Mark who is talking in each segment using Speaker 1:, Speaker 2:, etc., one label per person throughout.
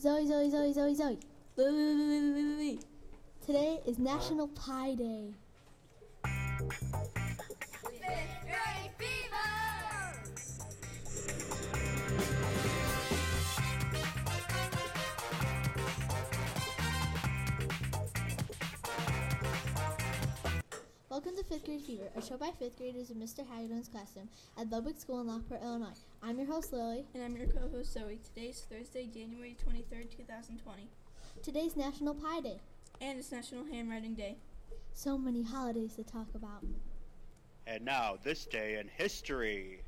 Speaker 1: Zoe, Zoe, Zoe, Zoe, Zoe.
Speaker 2: Wait, wait, wait, wait, wait, wait, wait.
Speaker 1: Today is National Pie Day.
Speaker 3: Fifth grade fever!
Speaker 1: Welcome to Fifth Grade Fever, a show by fifth graders in Mr. Hagedorn's classroom at Lubbock School in Lockport, Illinois. I'm your host, Lily.
Speaker 2: And I'm your co host Zoe. Today's Thursday, January 23rd, 2020.
Speaker 1: Today's National Pie Day.
Speaker 2: And it's National Handwriting Day.
Speaker 1: So many holidays to talk about.
Speaker 4: And now, this day in history.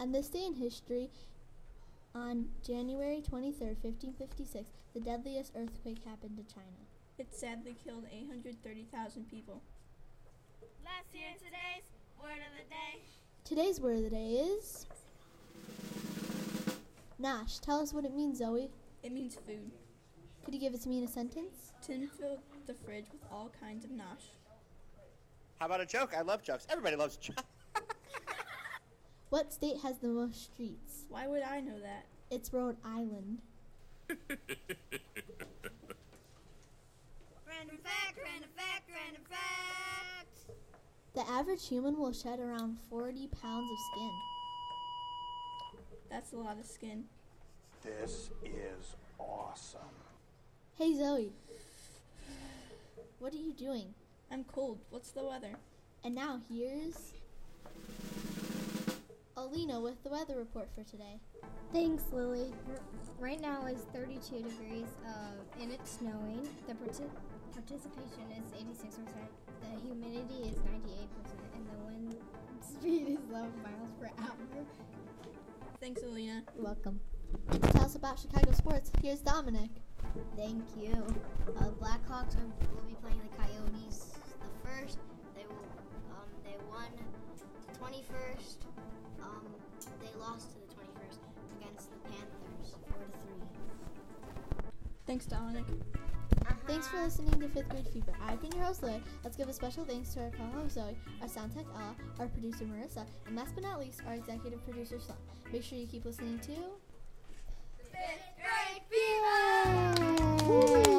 Speaker 1: On this day in history, on January 23rd, 1556, the deadliest earthquake happened to China.
Speaker 2: It sadly killed 830,000 people.
Speaker 3: Last year and today's word of the day.
Speaker 1: Today's word of the day is. Nosh, tell us what it means, Zoe.
Speaker 2: It means food.
Speaker 1: Could you give it to me in a sentence?
Speaker 2: Tim filled the fridge with all kinds of nosh.
Speaker 4: How about a joke? I love jokes. Everybody loves jokes.
Speaker 1: What state has the most streets?
Speaker 2: Why would I know that?
Speaker 1: It's Rhode Island.
Speaker 3: Random fact, random fact, random fact.
Speaker 1: The average human will shed around 40 pounds of skin.
Speaker 2: That's a lot of skin.
Speaker 5: This is awesome.
Speaker 1: Hey Zoe, what are you doing?
Speaker 2: I'm cold. What's the weather?
Speaker 1: And now here's Alina with the weather report for today.
Speaker 6: Thanks, Lily. R- Right now is 32 degrees uh, and it's snowing. The parti- participation is 86%. The humidity is 98%. And the wind speed is 11 miles per hour.
Speaker 2: Thanks, Alina.
Speaker 1: Welcome. Tell us about Chicago sports. Here's Dominic.
Speaker 7: Thank you. Uh, Blackhawks are, will be playing the Coyotes the first. They will. Um, they won the 21st. Um, they lost to the 21st against the Panthers, four to three.
Speaker 2: Thanks, Dominic.
Speaker 1: Thanks for listening to Fifth Grade Fever. I've been your host, Lloyd. Let's give a special thanks to our co-host Zoe, our sound tech Ella, our producer Marissa, and last but not least, our executive producer Sean. Make sure you keep listening to.
Speaker 3: Fifth grade fever!